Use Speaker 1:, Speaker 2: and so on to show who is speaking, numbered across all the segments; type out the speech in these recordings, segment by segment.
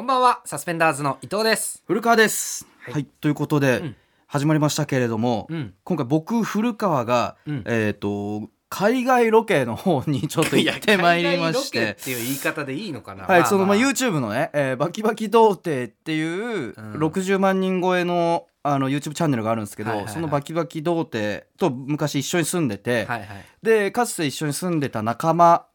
Speaker 1: んばんはサスペンダーズの伊藤です
Speaker 2: 古川です、は
Speaker 1: はいい
Speaker 2: ということで、
Speaker 1: うん
Speaker 2: 始まりましたけれども、
Speaker 1: うん
Speaker 2: 今回僕古川が、
Speaker 1: うん
Speaker 2: えっ、と海外ロケの方にちょっと行ってまいり
Speaker 1: 海外
Speaker 2: まし
Speaker 1: ロケ
Speaker 2: て
Speaker 1: っ。ていう言い方でいいのかな
Speaker 2: はい、そのまあ
Speaker 1: う
Speaker 2: YouTube のね、えーバキバキ童貞っていう60万人超えのあの YouTube チャンネルがあるんですけど、
Speaker 1: はいはいはい
Speaker 2: そのバキバキ童貞と昔一緒に住んでて、
Speaker 1: はいはい
Speaker 2: でかつて一緒に住んでた仲間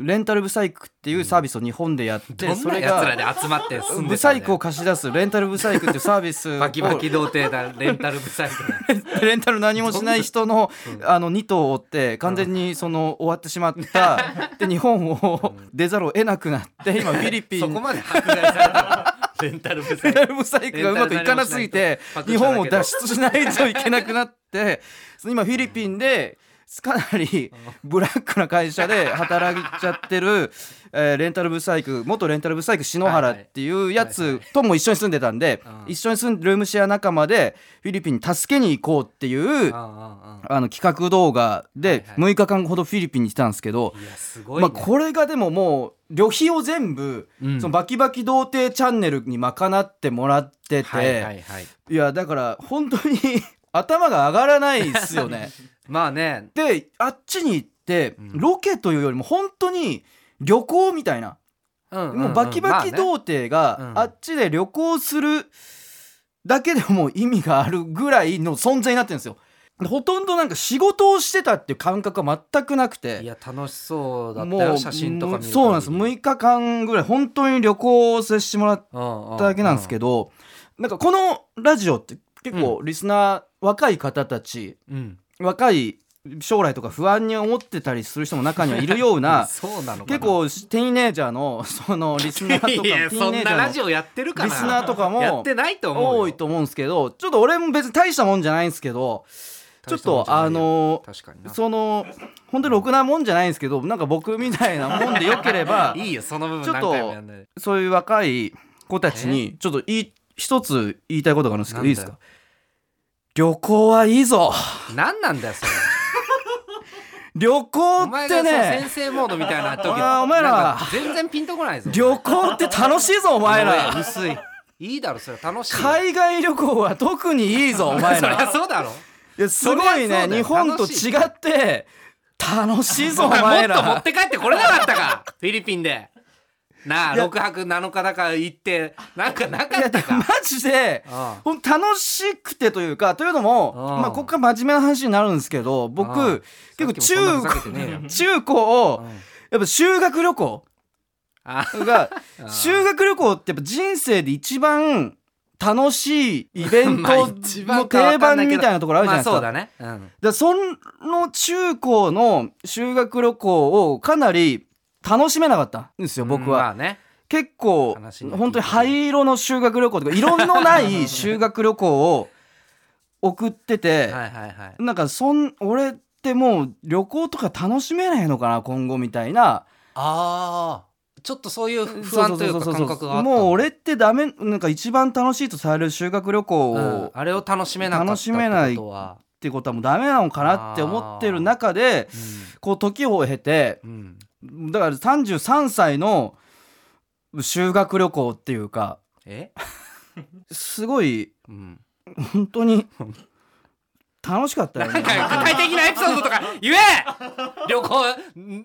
Speaker 2: レンタルブサイクっていうサービスを日本でやって、
Speaker 1: どん
Speaker 2: そ
Speaker 1: な
Speaker 2: れ
Speaker 1: やつら
Speaker 2: が
Speaker 1: で集まって住んでたんだよ
Speaker 2: ブサイクを貸し出すレンタルブサイクっていうサービスを
Speaker 1: バキバキ童貞だレンタルブサイクだ
Speaker 2: レンタル何もしない人の
Speaker 1: うん
Speaker 2: あの2頭を追って完全にその終わってしま ったで日本を出ざるを得なくなって今フィリ ピン
Speaker 1: そこまで迫害されたのレンタルブサイク
Speaker 2: レンタルブサイクがうまくいかなすぎて
Speaker 1: レンタル何もしないと
Speaker 2: 日本を脱出しないといけなくなってその今フィリピンでかなりブラックな会社で働いちゃってる、えーレンタルブサイク元レンタルブサイク篠原っていうや
Speaker 1: はい
Speaker 2: つ
Speaker 1: は
Speaker 2: とも一緒に住んでたんで
Speaker 1: うん
Speaker 2: 一緒に住んでルームシェア仲間でフィリピンに助けに行こうっていう
Speaker 1: ああ
Speaker 2: あの企画動画で
Speaker 1: はいは
Speaker 2: 6日間ほどフィリピンに来たんですけど
Speaker 1: ああ、いやすごい、
Speaker 2: ま
Speaker 1: ね
Speaker 2: あ、これがでももう旅費を全部
Speaker 1: うん
Speaker 2: そのバキバキ童貞チャンネルに賄ってもらって
Speaker 1: はいは
Speaker 2: て
Speaker 1: いはい
Speaker 2: いやだから本当に 頭が上がらないですよ ね。
Speaker 1: まあね
Speaker 2: であっちに行って
Speaker 1: うん
Speaker 2: ロケというよりも本当に旅行みたいな
Speaker 1: うん
Speaker 2: もうバキバキ
Speaker 1: う
Speaker 2: 童貞
Speaker 1: まあね
Speaker 2: が
Speaker 1: うん
Speaker 2: あっちで旅行するだけでも意味があるぐらいの存在になってるんですよ。でほとんどなんか仕事をしてたっていう感覚は全くな
Speaker 1: ん
Speaker 2: く
Speaker 1: い
Speaker 2: て。
Speaker 1: や楽しそうだった
Speaker 2: も
Speaker 1: よ
Speaker 2: う
Speaker 1: 写真とか見る限り
Speaker 2: そうなんです6日間ぐらい本当に旅行を接してもらっ
Speaker 1: うんう
Speaker 2: ただけなんですけど、なんかこのラジオって結構リスナー、若い方たち
Speaker 1: うん
Speaker 2: 若い将来とか不安に思ってたりする人も中にはいるよう
Speaker 1: あ
Speaker 2: な
Speaker 1: そうなのかな
Speaker 2: 結構ティーンエイジャーのそのリスナーとかも
Speaker 1: い
Speaker 2: ティ
Speaker 1: や
Speaker 2: ー
Speaker 1: そ
Speaker 2: ン
Speaker 1: ん
Speaker 2: エイジ
Speaker 1: な
Speaker 2: ャ
Speaker 1: ラ
Speaker 2: ー
Speaker 1: ジオやってるか
Speaker 2: の
Speaker 1: な
Speaker 2: リスナーとか
Speaker 1: やっ
Speaker 2: も
Speaker 1: てないと思うよ
Speaker 2: 多いと思うんですけどちょっと俺も別に大したもんじゃないんですけどちょっとあの
Speaker 1: 確かにな
Speaker 2: その本当にろくなもんじゃないんですけどなんか僕みたいなもんでよければ
Speaker 1: いいよその部分
Speaker 2: ちょっ
Speaker 1: 何
Speaker 2: と
Speaker 1: 回もやんないで
Speaker 2: そういう若い子たちにちょっといい一つ言いたいことがあるんですけどいいです
Speaker 1: な
Speaker 2: か旅行はいいぞ
Speaker 1: 何なんだよそ れ
Speaker 2: 旅行
Speaker 1: お
Speaker 2: っ
Speaker 1: 前が
Speaker 2: て
Speaker 1: そう
Speaker 2: ね
Speaker 1: 先生モードみたいな時
Speaker 2: あーお前ら
Speaker 1: なんか全然ピンとこないぞ
Speaker 2: 旅行って楽しいぞお 前
Speaker 1: お
Speaker 2: ら
Speaker 1: 前薄いいいだろそれは楽しいよ
Speaker 2: 海外旅行は特にいいぞお前
Speaker 1: そりゃ
Speaker 2: ら
Speaker 1: そうだろ
Speaker 2: いやすごい
Speaker 1: そりゃ
Speaker 2: ね
Speaker 1: そうだよ
Speaker 2: 日本と違って楽しいぞお
Speaker 1: お前
Speaker 2: 前
Speaker 1: もっと持
Speaker 2: ら
Speaker 1: って帰ってこれなかった かフィリピンでなあ
Speaker 2: いや
Speaker 1: 6泊7日だから行ってなんかないか
Speaker 2: や
Speaker 1: っ
Speaker 2: で
Speaker 1: た
Speaker 2: もマ
Speaker 1: か
Speaker 2: ジで
Speaker 1: あ
Speaker 2: ほんと楽しくてというかというのも
Speaker 1: うん
Speaker 2: まあここから真面目な話になるんですけど
Speaker 1: うん
Speaker 2: 僕結構
Speaker 1: さっきもそんなふざけてねえよ
Speaker 2: 中中高
Speaker 1: あ
Speaker 2: をやっぱ修学旅行
Speaker 1: あ
Speaker 2: が
Speaker 1: あ
Speaker 2: 修学旅行ってやっぱ人生で一番楽しいイベ ン
Speaker 1: まあ
Speaker 2: ト
Speaker 1: 一番
Speaker 2: の
Speaker 1: かわ
Speaker 2: 定
Speaker 1: かん
Speaker 2: 番
Speaker 1: ないけど
Speaker 2: みたいなところあるじゃ
Speaker 1: まあ
Speaker 2: ないで
Speaker 1: そ
Speaker 2: す
Speaker 1: う
Speaker 2: か。
Speaker 1: だねうん
Speaker 2: でその中高の修学旅行をかなり楽しめなかったんですよ僕
Speaker 1: うんま
Speaker 2: は、
Speaker 1: あね
Speaker 2: 結構
Speaker 1: 話に聞いて
Speaker 2: 本当に灰色の修学旅行とか色のない修学旅行を送ってて、
Speaker 1: はいはいはい
Speaker 2: なんかそん俺ってもう旅行とか楽しめないのかな今後みたいな
Speaker 1: ああちょっとそういう不安というか
Speaker 2: そそそ
Speaker 1: 感
Speaker 2: そ
Speaker 1: 覚があった
Speaker 2: もう俺ってダメなんか一番楽しいとされる修学旅行
Speaker 1: うん
Speaker 2: を、っ
Speaker 1: あれを楽しめなかったってことは
Speaker 2: てことはもうダメなのかなって思ってる中でこう時を経て
Speaker 1: うんうん
Speaker 2: だから33歳の修学旅行っていうか
Speaker 1: え
Speaker 2: すごい
Speaker 1: うん
Speaker 2: 本当に楽しかったよ
Speaker 1: なん
Speaker 2: ね。
Speaker 1: か具体的なエピソードとか言え旅行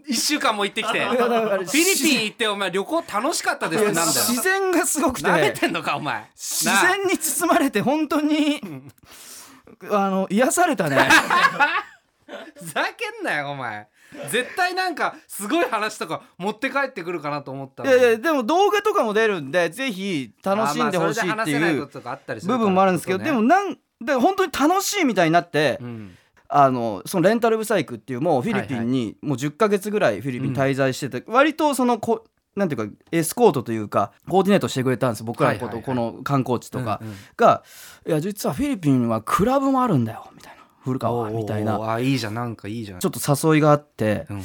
Speaker 1: 1週間も行ってきてフ
Speaker 2: だから
Speaker 1: ィリピン行ってお前旅行楽しかったですってなんだよ
Speaker 2: 自然がすごくて
Speaker 1: なめてんのかお前
Speaker 2: 自然に包まれて本当にあの癒され たね。
Speaker 1: ふざけんなよお前絶対なんかすごい話とか持って帰ってくるかなと思った
Speaker 2: い
Speaker 1: の
Speaker 2: やいやでも動画とかも出るんでぜひ楽しんでほしいって
Speaker 1: あまあそれで話せないいうこととかあったりするか
Speaker 2: 部
Speaker 1: ら
Speaker 2: 分もあるんですけど
Speaker 1: って
Speaker 2: で
Speaker 1: こと
Speaker 2: も
Speaker 1: ね
Speaker 2: なんで本当に楽しいみたいになって
Speaker 1: うん
Speaker 2: あのそのレンタルブサイクっていうもうフィリピンにもう10ヶ月ぐらいフィリピン滞在してて割とそのこなんていうかエスコートというかコーディネートしてくれたんです僕らのこと
Speaker 1: はいはい
Speaker 2: この観光地とか
Speaker 1: うんうん
Speaker 2: が「いや実はフィリピンはクラブもあるんだよ」みたいな「古
Speaker 1: お
Speaker 2: 川
Speaker 1: ー
Speaker 2: は」みたいな
Speaker 1: あいいじゃんなんかいいじゃん
Speaker 2: ちょっと誘いがあって
Speaker 1: うん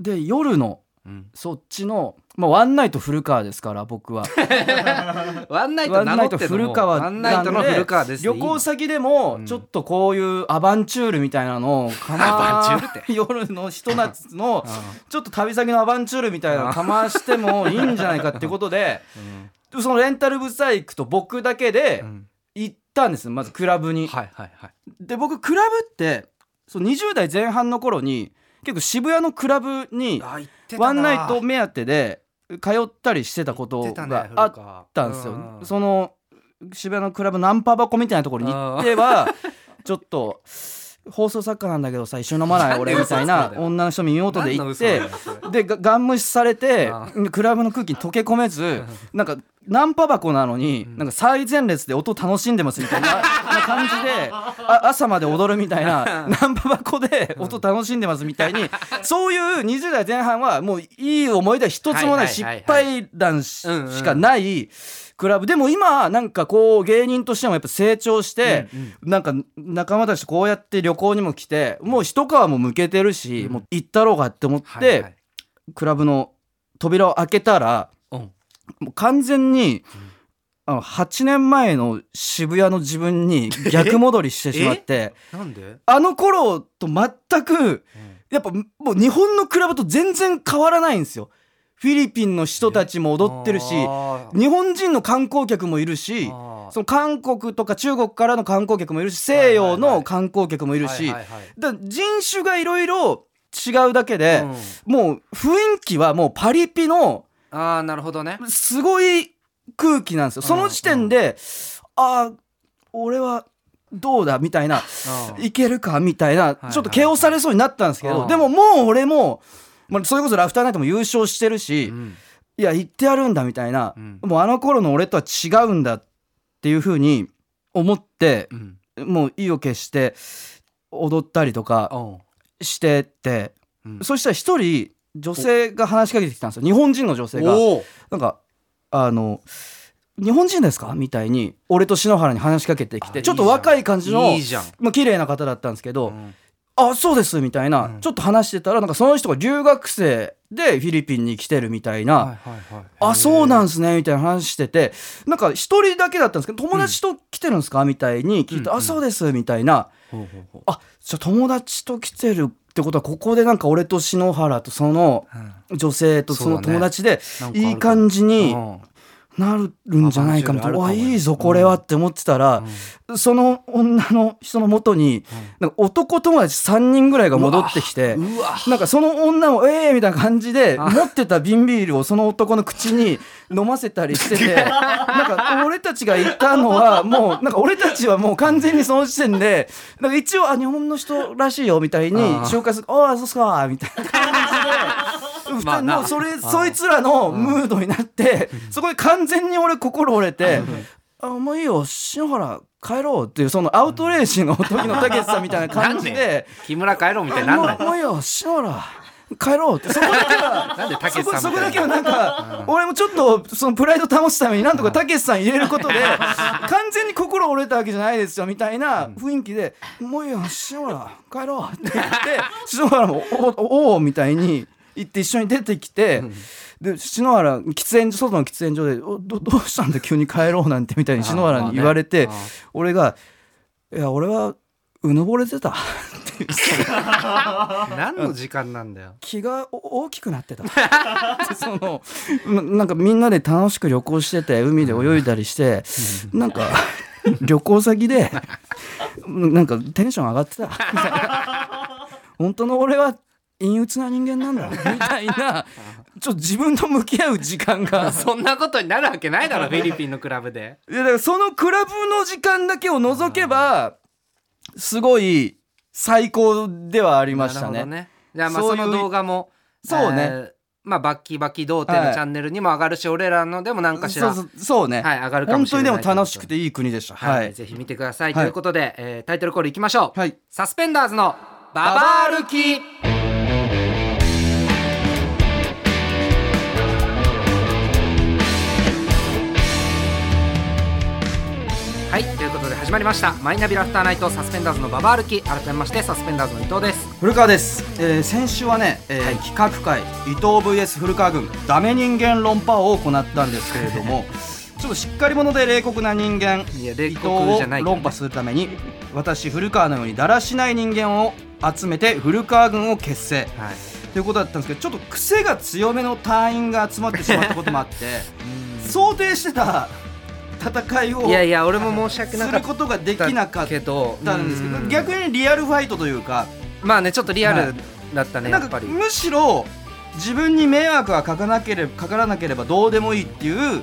Speaker 2: で夜の
Speaker 1: うん
Speaker 2: そっちのまあワンナイト古川ですから僕は。
Speaker 1: ワンナイト
Speaker 2: ワ
Speaker 1: 名乗
Speaker 2: ンナ
Speaker 1: っ
Speaker 2: イト
Speaker 1: て
Speaker 2: 古川
Speaker 1: ワンナイトの古川 です
Speaker 2: 旅行
Speaker 1: す
Speaker 2: 先でも
Speaker 1: ん
Speaker 2: ちょっとこういうアバンチュールみたいなのをか ま
Speaker 1: アバンチュールっ
Speaker 2: 夜のひと 夏のちょっと旅先のアバンチュールみたいなのかましてもいいんじゃないかってことでそのレンタルブサイクと僕だけで
Speaker 1: うん
Speaker 2: 行ったんですまずクラブに、
Speaker 1: はいはいはい
Speaker 2: で僕クラブってそう20代前半の頃に結構渋谷のクラブに
Speaker 1: あ言ってたな
Speaker 2: ワンナイト目当てで通ったりしてたこと
Speaker 1: 言ってたね
Speaker 2: が
Speaker 1: 古
Speaker 2: あ
Speaker 1: 川
Speaker 2: っったんですよ、
Speaker 1: うん
Speaker 2: その渋谷のクラブナンパ箱みたいなところに行っては ちょっと放送作家なんだけどさ一緒に飲まない俺みた
Speaker 1: な
Speaker 2: い
Speaker 1: んで
Speaker 2: な
Speaker 1: 嘘つくんだよ
Speaker 2: 女の人耳元で
Speaker 1: 何の
Speaker 2: 行っ
Speaker 1: 嘘だ
Speaker 2: て
Speaker 1: よそれ
Speaker 2: でがガン無視されて
Speaker 1: あ
Speaker 2: クラブの空気に溶け込めずなんかナンパ箱なのになんか最前列で音楽しんでますみたいなな感じであ朝まで踊るみたいなナンパ箱で音楽しんでますみたいにそういう20代前半はもういい思い出は一つもな
Speaker 1: は
Speaker 2: い
Speaker 1: い
Speaker 2: 失
Speaker 1: はいはいはい
Speaker 2: 敗談し
Speaker 1: うんうん
Speaker 2: しかないクラブでも今なんかこう芸人としてもやっぱ成長して、なんか仲間たちとこうやって旅行にも来てもう一皮も向けてるし、
Speaker 1: うん
Speaker 2: もう行ったろうがって思って、
Speaker 1: はいはい
Speaker 2: クラブの扉を開けたら
Speaker 1: うん
Speaker 2: もう完全に、あの8年前の渋谷の自分 に逆戻りしてしまって
Speaker 1: なんで
Speaker 2: あの頃と全くやっぱもう日本のクラブと全然変わらないんですよ。フィリピンの人たちも踊ってるし日本人の観光客もいるしその韓国とか中国からの観光客もいるし西洋の観光客もいるしだから人種がいろいろ違うだけで、もう雰囲気はもうパリピの
Speaker 1: ああなるほどね
Speaker 2: すごい空気なんですよ。その時点で、ああ俺はどうだみたいな
Speaker 1: うん
Speaker 2: いけるかみたいな
Speaker 1: はい
Speaker 2: ちょっと蹴押されそうになったんですけど、
Speaker 1: うん
Speaker 2: でももう俺も、まあ、それこそラフターナイトも優勝してるし、
Speaker 1: うん
Speaker 2: いや行ってやるんだみたいな、
Speaker 1: うん
Speaker 2: もうあの頃の俺とは違うんだっていう風に思って
Speaker 1: う、ん
Speaker 2: もう意を決して踊ったりとかしてって、
Speaker 1: うん
Speaker 2: そしたら一人女性が話しかけてきたんですよ日本人の女性が
Speaker 1: おー
Speaker 2: なんかあの「日本人ですか?」みたいに俺と篠原に話しかけてき
Speaker 1: あい
Speaker 2: て
Speaker 1: い
Speaker 2: ちょっと若い感じの
Speaker 1: いいじゃん
Speaker 2: まあ綺麗な方だったんですけど、
Speaker 1: うん
Speaker 2: あそうですみたいな、
Speaker 1: うん
Speaker 2: ちょっと話してたらなんかその人が留学生でフィリピンに来てるみたいな、
Speaker 1: はいはいはい
Speaker 2: あそうなんんすねみたいな話しててなんか一人だけだったんですけど友達と来てるんですか、みたいに聞いて、
Speaker 1: うんうん
Speaker 2: あそうですみたいな
Speaker 1: ほうほうほ
Speaker 2: あじゃあ友達と来てるってことはここでなんか俺と篠原とその
Speaker 1: ううん
Speaker 2: 女性とその
Speaker 1: そうだね
Speaker 2: 友達で
Speaker 1: なんかあるかも
Speaker 2: いい感じに
Speaker 1: うん
Speaker 2: なるんじゃないかみたいな「
Speaker 1: あ
Speaker 2: わ
Speaker 1: まあ
Speaker 2: いいぞこれは」
Speaker 1: う
Speaker 2: っ
Speaker 1: ん
Speaker 2: て思ってたら、その女の人の元に
Speaker 1: う
Speaker 2: なんか男友達3人ぐらいが戻ってきて。
Speaker 1: んうわ
Speaker 2: なんかその女を「ええー」みたいな感じで
Speaker 1: あ
Speaker 2: 持ってた瓶ビールをその男の口に飲ませたりし ててなんか俺たちがいたのはもうなんか俺たちはもう完全にその時点でなんか一応あ日本の人らしいよみたいに
Speaker 1: あー
Speaker 2: 紹介する「ああそうっすか」みたいな感じで
Speaker 1: まあな
Speaker 2: もうそれ
Speaker 1: あー
Speaker 2: そいつらのムードになってそこで完全に俺心折れて「あもういいよ篠原帰ろう」っていうそのアウトレーシングの時のたけしさんみたいな感じ
Speaker 1: なんで
Speaker 2: で。
Speaker 1: 木村帰ろうみたいになんない
Speaker 2: もうもういいよ篠原帰ろうってそこだけ は
Speaker 1: なんでたけ
Speaker 2: そ
Speaker 1: し
Speaker 2: こ
Speaker 1: さ
Speaker 2: そ
Speaker 1: ん
Speaker 2: こ
Speaker 1: みたい
Speaker 2: だけは
Speaker 1: な
Speaker 2: なんか俺もちょっとそのプライド保つためにな んとかたけしさん入れることで完全に心折れたわけじゃないですよみたいな雰囲気で「もういいよ篠原帰ろう」って言って 篠原も「おおおお」みたいに言って一緒に出てきて。で篠原喫煙所外の喫煙所でおどどうしたんだ急に帰ろうなんてみたいに篠原に言われて、
Speaker 1: あまあね
Speaker 2: 俺が「いや俺はうぬぼれてた」
Speaker 1: 何の時間なんだよ
Speaker 2: 気がお大きくなってた そのななんかみんなで楽しく旅行してて海で泳いだりしてなんか旅行先でなんかテンション上がってたみたいな 本当の俺は陰鬱な人間なんだみたいなちょっと自分と向き合う時間 が
Speaker 1: そんなことになるわけないだろフィリピンのクラブで
Speaker 2: いやだからそのクラブの時間だけを除けばすごい最高ではありました
Speaker 1: なるほ
Speaker 2: ね
Speaker 1: どねじゃあまあ
Speaker 2: そうい
Speaker 1: そうの動画も
Speaker 2: そうね
Speaker 1: えーまあバッキバキ童貞
Speaker 2: は
Speaker 1: の
Speaker 2: い
Speaker 1: チャンネルにも上がるし俺らのでもなんかしら
Speaker 2: そうそうそうね、
Speaker 1: はい上がるかも
Speaker 2: 本
Speaker 1: し
Speaker 2: 当
Speaker 1: れ
Speaker 2: に
Speaker 1: な
Speaker 2: で
Speaker 1: い
Speaker 2: も楽しくていい国でした
Speaker 1: は
Speaker 2: はいい
Speaker 1: ぜひ見てくださいと
Speaker 2: はい
Speaker 1: いうことでえータイトルコールいきましょう
Speaker 2: はい
Speaker 1: サスペンダーズのババ歩きはいということで始まりましたマイナビラフターナイトサスペンダーズのババ歩き改めましてサスペンダーズの伊藤です
Speaker 2: 古川です、えー先週はね、えー
Speaker 1: はい
Speaker 2: 企画会伊藤 VS 古川軍ダメ人間論破を行ったんですけれど もちょっとしっかり者で冷酷な人間
Speaker 1: いや
Speaker 2: 伊
Speaker 1: 冷
Speaker 2: 藤
Speaker 1: 酷
Speaker 2: を
Speaker 1: じゃないけどね
Speaker 2: 論破するために私古川のようにだらしない人間を集めて古川軍を結成
Speaker 1: はい
Speaker 2: ということだったんですけどちょっと癖が強めの隊員が集まってしまったこともあって
Speaker 1: うん
Speaker 2: 想定してた 戦いを
Speaker 1: いやいや俺も申し訳な
Speaker 2: す
Speaker 1: か
Speaker 2: る
Speaker 1: っ
Speaker 2: ことがで
Speaker 1: た
Speaker 2: きなかっ
Speaker 1: けど
Speaker 2: たんですけ
Speaker 1: う
Speaker 2: ど
Speaker 1: ん
Speaker 2: 逆にリアルファイトというか
Speaker 1: まあねちょっとリア
Speaker 2: は
Speaker 1: ル
Speaker 2: い
Speaker 1: だったね
Speaker 2: な
Speaker 1: や
Speaker 2: ん
Speaker 1: っぱ
Speaker 2: か
Speaker 1: り
Speaker 2: むしろ自分に迷惑がかかなければかからなければどうでもいいっていう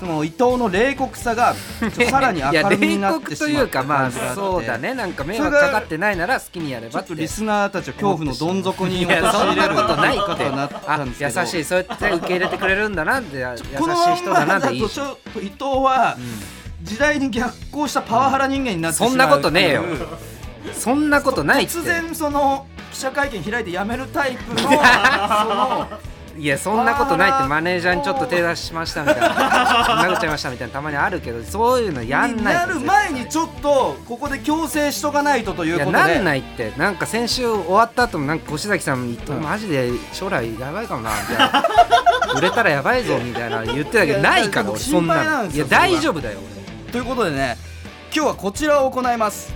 Speaker 2: その伊藤の冷酷さがちょっとさらに明るみになってし ま
Speaker 1: いや冷酷という
Speaker 2: っ
Speaker 1: か
Speaker 2: た
Speaker 1: ま
Speaker 2: 感
Speaker 1: あ
Speaker 2: じがあって
Speaker 1: そうだねなんか迷惑かかってないなら好きにやれ
Speaker 2: ちょ
Speaker 1: ばっ
Speaker 2: ってとリスナーたちを恐怖のどん底に
Speaker 1: いやそ
Speaker 2: 陥
Speaker 1: ん
Speaker 2: れ
Speaker 1: な
Speaker 2: る
Speaker 1: ことないっ
Speaker 2: こと
Speaker 1: て
Speaker 2: になったんですけど
Speaker 1: あ優しいそうやって受け入れてくれるんだなってや優しい
Speaker 2: このまん
Speaker 1: 人
Speaker 2: ま
Speaker 1: だな
Speaker 2: だ
Speaker 1: でいい
Speaker 2: とちょっと伊藤は時代に逆行したパワハラ人間になってしまう
Speaker 1: そんなことねえよそんなことないって
Speaker 2: 突然その記者会見開いて辞めるタイプの その
Speaker 1: いやそんなことないってマネージャーにちょっと手出しましたみたいな 殴っちゃいましたみたいなたまにあるけどそういうのやんない
Speaker 2: なる前にちょっとここで強制しとかないとという
Speaker 1: い
Speaker 2: こ
Speaker 1: や
Speaker 2: とで
Speaker 1: なんないってなんか先週終わった後もなんか越崎さんに
Speaker 2: うん
Speaker 1: マジで将来やばいかもなみたい な売れたらやばいぞみたいな言ってたけど
Speaker 2: いや
Speaker 1: ないから
Speaker 2: 僕
Speaker 1: 俺そん
Speaker 2: 心配な
Speaker 1: なんの
Speaker 2: で
Speaker 1: い
Speaker 2: すよ
Speaker 1: や大丈夫だよ
Speaker 2: ということでね今日はこちらを行います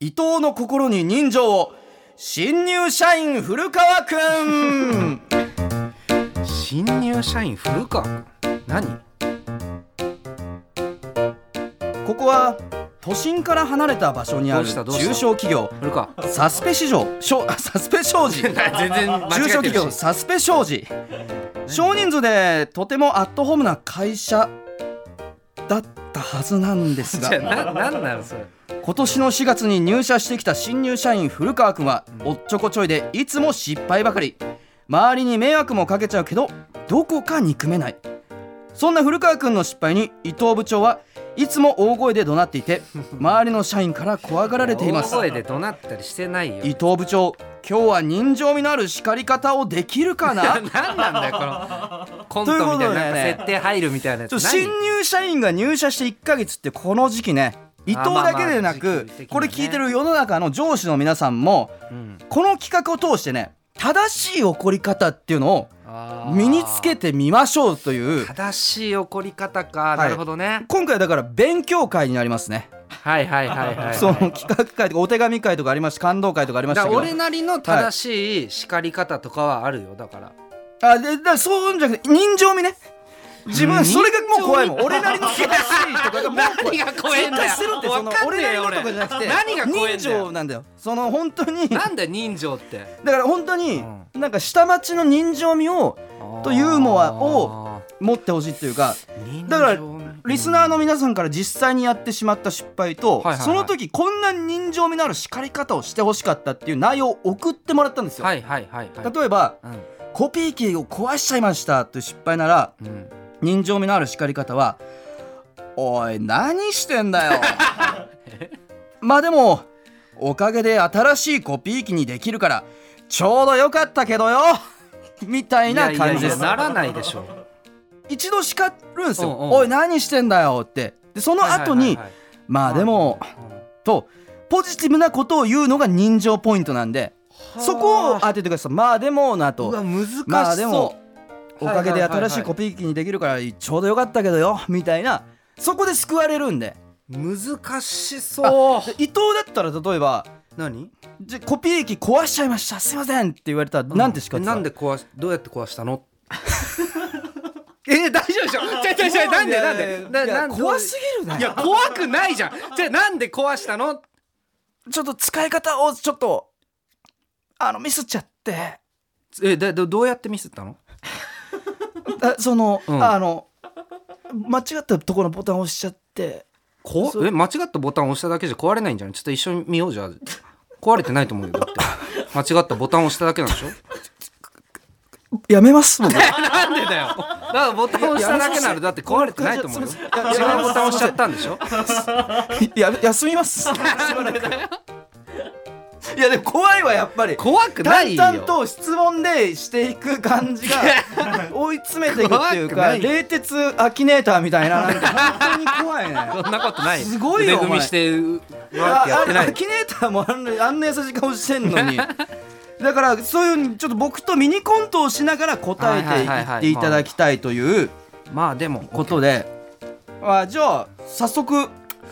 Speaker 2: 伊藤の心に人情を新入社員古川く ん
Speaker 1: 俺新入社員古川君何
Speaker 2: ここは都心から離れた場所にあ
Speaker 1: ど
Speaker 2: る
Speaker 1: うした
Speaker 2: 中
Speaker 1: どうした
Speaker 2: 小企業
Speaker 1: 古川
Speaker 2: サスペ市場しょサスペ商事
Speaker 1: 全然 間違
Speaker 2: 中小企業サスペ商事少人数でとてもアットホームな会社だったはずなんです が
Speaker 1: じゃあななんなのそれ
Speaker 2: 今年の4月に入社してきた新入社員古川君はおっちょこちょいでいつも失敗ばかり周りに迷惑もかけちゃうけどどこか憎めないそんな古川君の失敗に伊藤部長はいつも大声で怒鳴っていて周りの社員から怖がられています
Speaker 1: 大声で怒鳴ったりしてないよ
Speaker 2: 伊藤部長今日は人情味のある叱り方をできるかな
Speaker 1: 何なんだよこのコントみたいななんか設定入るみたいなや
Speaker 2: ちょ
Speaker 1: つ
Speaker 2: 新
Speaker 1: 何
Speaker 2: 入社員が入社して1ヶ月ってこの時期ね伊藤だけで
Speaker 1: あまあま
Speaker 2: な
Speaker 1: あ時
Speaker 2: く
Speaker 1: 期的にね
Speaker 2: これ聞いてる世の中の上司の皆さんも
Speaker 1: うん
Speaker 2: この企画を通してね正しい怒り方っていうの
Speaker 1: あ
Speaker 2: を
Speaker 1: ー
Speaker 2: 身につけてみましょうという
Speaker 1: 正しい怒り方か、
Speaker 2: い
Speaker 1: なるほどね
Speaker 2: 今回だから勉強会になりますね、
Speaker 1: はいはいはいはい
Speaker 2: その企画会とかお手紙会とかありました感動会とかありました
Speaker 1: だ
Speaker 2: け
Speaker 1: から
Speaker 2: ど
Speaker 1: 俺なりの正しい叱り方とかはあるよだから
Speaker 2: あでだからそうじゃなくて人情味ね自
Speaker 1: う
Speaker 2: 分
Speaker 1: ん
Speaker 2: それがもう怖いもん
Speaker 1: 人情味
Speaker 2: 俺なりの正しいと かがもう怖い
Speaker 1: 何が怖えんだよ
Speaker 2: 絶対するってその
Speaker 1: わかんね
Speaker 2: 俺な
Speaker 1: え
Speaker 2: り
Speaker 1: よ
Speaker 2: のとかじゃなくて
Speaker 1: 俺何が怖えんだよ
Speaker 2: 人情なんだよその本当に
Speaker 1: なんだよ人情って
Speaker 2: だから本当に
Speaker 1: う
Speaker 2: なんか下町の人情味をとユーモアを持ってほしいっていうかだからリスナー
Speaker 1: の
Speaker 2: の皆さんから実際にやってしまった失敗
Speaker 1: は
Speaker 2: と、
Speaker 1: いはいはい
Speaker 2: その時こんな人情味のある叱り方をしてほしかったっていう内容を送ってもらったんですよ、
Speaker 1: はいはいはいはい
Speaker 2: 例えば
Speaker 1: うん
Speaker 2: コピー機を壊しちゃいましたという失敗なら
Speaker 1: うん
Speaker 2: 人情味のある叱り方は「おい何してんだよ」 まあでもおかげで新しいコピー機にできるからちょうどよかったけどよみたいな感じです
Speaker 1: いやいやいやならないでしょ
Speaker 2: 一度叱るんですよ
Speaker 1: うんうん
Speaker 2: おい何してんだよ」ってでその後に
Speaker 1: はいはいはいはい
Speaker 2: 「まあでも」とポジティブなことを言うのが人情ポイントなんで
Speaker 1: うん
Speaker 2: そこを当ててください「まあでも」な
Speaker 1: うわ
Speaker 2: と
Speaker 1: 難しそう
Speaker 2: 「まあでもお
Speaker 1: はいはい
Speaker 2: か
Speaker 1: はい
Speaker 2: げ
Speaker 1: はい
Speaker 2: で新しいコピー機にできるからちょうどよかったけどよ」みたいなそこで救われるんで
Speaker 1: 難しそう
Speaker 2: で伊藤だったら例えば
Speaker 1: 何
Speaker 2: 「じゃコピー機壊しちゃいましたすいません」って言われたらなんて叱ってた
Speaker 1: なんで壊しどうやって壊したの え大丈夫でしょちゃいちゃいちゃいなんでなんでない
Speaker 2: や
Speaker 1: なんで
Speaker 2: 怖すぎるね
Speaker 1: いや怖くないじゃんじゃあなんで壊したの
Speaker 2: ちょっと使い方をちょっとあのミスっちゃって
Speaker 1: えでどどうやってミスったの
Speaker 2: あその、
Speaker 1: うん
Speaker 2: あの間違ったところのボタンを押しちゃって
Speaker 1: こえ間違ったボタン押しただけじゃ壊れないんじゃないちょっと一緒に見ようじゃあ壊れてないと思うよだ って間違ったボタン押しただけなんでしょ
Speaker 2: やめま すもん
Speaker 1: なんでだよだからボタン押しただけならだって壊れてないと思うよ違うボ
Speaker 2: いやいや
Speaker 1: タン押しちゃったんでしょ
Speaker 2: やめ休みます いやでも怖いわやっぱり
Speaker 1: 怖くない
Speaker 2: 淡
Speaker 1: よ
Speaker 2: 々と質問でしていく感 じが追い詰めていくってい
Speaker 1: 怖
Speaker 2: う
Speaker 1: く
Speaker 2: か
Speaker 1: ないよ
Speaker 2: 冷徹アキネーターみたいななんか 本当に怖いね
Speaker 1: そんなことない
Speaker 2: すごいよ
Speaker 1: 腕組みしてうわーっ
Speaker 2: あ
Speaker 1: てやってな
Speaker 2: あれア
Speaker 1: い
Speaker 2: キネーターもあんなあんな優しい顔してん のにだからそういうちょっと僕とミニコントをしながら答えてい
Speaker 1: はいはいはいは
Speaker 2: っ
Speaker 1: い
Speaker 2: ていただきたいという
Speaker 1: まあでも
Speaker 2: ことであじゃあ早速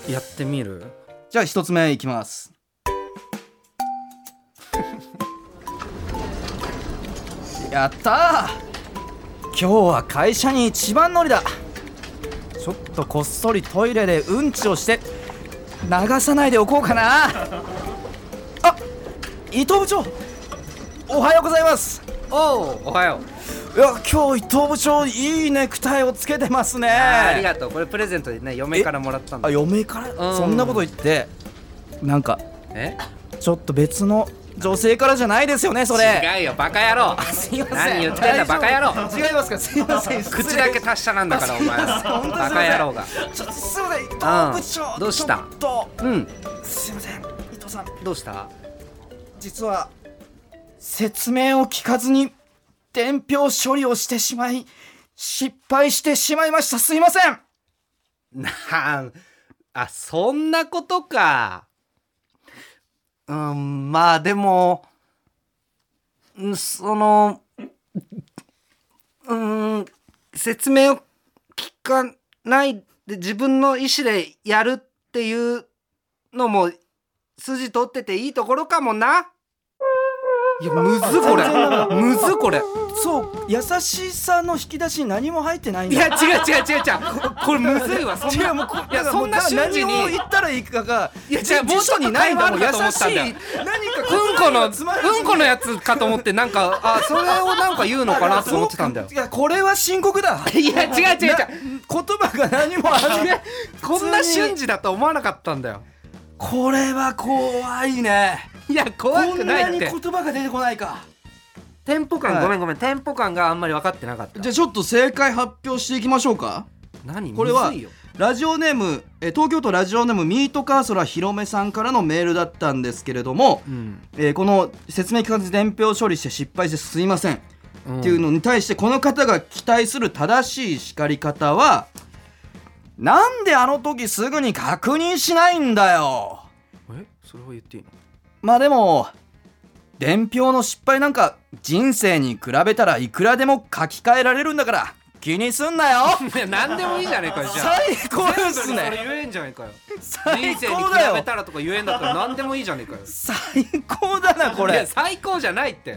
Speaker 1: やってみる
Speaker 2: じゃあ一つ目いきます やったー今日は会社に一番乗りだちょっとこっそりトイレでうんちをして流さないでおこうかなあ伊藤部長おはようございます
Speaker 1: おおおはよう
Speaker 2: いや今日伊藤部長いいネクタイをつけてますね
Speaker 1: あーありがとうこれプレゼントでね嫁からもらったんだ
Speaker 2: あ嫁から
Speaker 1: うん
Speaker 2: そんなこと言ってなんか
Speaker 1: え
Speaker 2: ちょっと別の女性からじゃないですよねそれ
Speaker 1: 違うよバカ野郎
Speaker 2: あすいません
Speaker 1: 何言ってんだ
Speaker 2: 大
Speaker 1: バカ野郎
Speaker 2: 丈夫違いますかすいません失礼
Speaker 1: 口だけ達者なんだからお前
Speaker 2: すいません本当に
Speaker 1: バ
Speaker 2: すいません
Speaker 1: カ野郎が
Speaker 2: ちょっとすいません伊藤部長、
Speaker 1: うんどうした
Speaker 2: ちょっと
Speaker 1: うん
Speaker 2: すいません伊藤さん
Speaker 1: どうした
Speaker 2: 実は説明を聞かずに伝票処理をしてしまい失敗してしまいましたすいません
Speaker 1: なああそんなことかうんまあでもんそのうん説明を聞かないで自分の意思でやるっていうのも筋取ってていいところかもないやむずこれ
Speaker 2: 全然ダメ
Speaker 1: むずこれ
Speaker 2: そう優しさの引き出しに何も入ってないん
Speaker 1: いや
Speaker 2: だ
Speaker 1: 違う違う違う違うこれむずいわそん
Speaker 2: 違
Speaker 1: な
Speaker 2: うもうこ
Speaker 1: いや
Speaker 2: だから
Speaker 1: そんな
Speaker 2: もう
Speaker 1: 瞬時
Speaker 2: 何を
Speaker 1: に
Speaker 2: 言ったらいいかが
Speaker 1: いやじゃあ
Speaker 2: 辞辞書にないんだもん優しい
Speaker 1: もうちょっと会話あるかと思ったんだよ
Speaker 2: 何か
Speaker 1: うんこの、う
Speaker 2: つまらずに
Speaker 1: んこのやつかと思って、なんか、あ、それをなんか言うのかなと思ってたんだよ
Speaker 2: い。やこれは深刻だ
Speaker 1: いや、 違う違う違う。
Speaker 2: 言葉が何も ある
Speaker 1: こんな瞬時だと思わなかったんだよ。
Speaker 2: これは怖いね
Speaker 1: いや、怖
Speaker 2: こ
Speaker 1: く
Speaker 2: んな
Speaker 1: ない
Speaker 2: に
Speaker 1: っ
Speaker 2: 言
Speaker 1: て。
Speaker 2: 葉が出てこないか
Speaker 1: テンポ
Speaker 2: は
Speaker 1: 感、
Speaker 2: い
Speaker 1: ごめんごめん、テンポ感があんまり分かってなかった。
Speaker 2: じゃあちょっと正解発表していきましょうか
Speaker 1: 何
Speaker 2: これは
Speaker 1: むずいよ
Speaker 2: ラジオネームえー東京都ラジオネームミートカーソラひろめさんからのメールだったんですけれども、
Speaker 1: うん。
Speaker 2: えーこの説明期間で伝票処理して失敗してすいませんっていう
Speaker 1: の。
Speaker 2: のに対してこの方が期待する正しい叱り方はなんであの時すぐに確認しないんだよ
Speaker 1: え、それは言っていいの
Speaker 2: まあでも伝票の失敗なんか人生に比べたらいくらでも書き換えられるんだから気にすんなよ
Speaker 1: いや、なんでもいいじゃねえかよ、じゃあ。
Speaker 2: 最高で
Speaker 1: 全
Speaker 2: す
Speaker 1: 部に そ
Speaker 2: ね
Speaker 1: れ言えんじゃねえかよ。
Speaker 2: 最
Speaker 1: 人生に
Speaker 2: 高だ
Speaker 1: 比べ
Speaker 2: よ
Speaker 1: たらとか言えんだったら何でもいいじゃねえかよ。
Speaker 2: 最高だなこ
Speaker 1: いや、
Speaker 2: れ
Speaker 1: 最高じゃないって。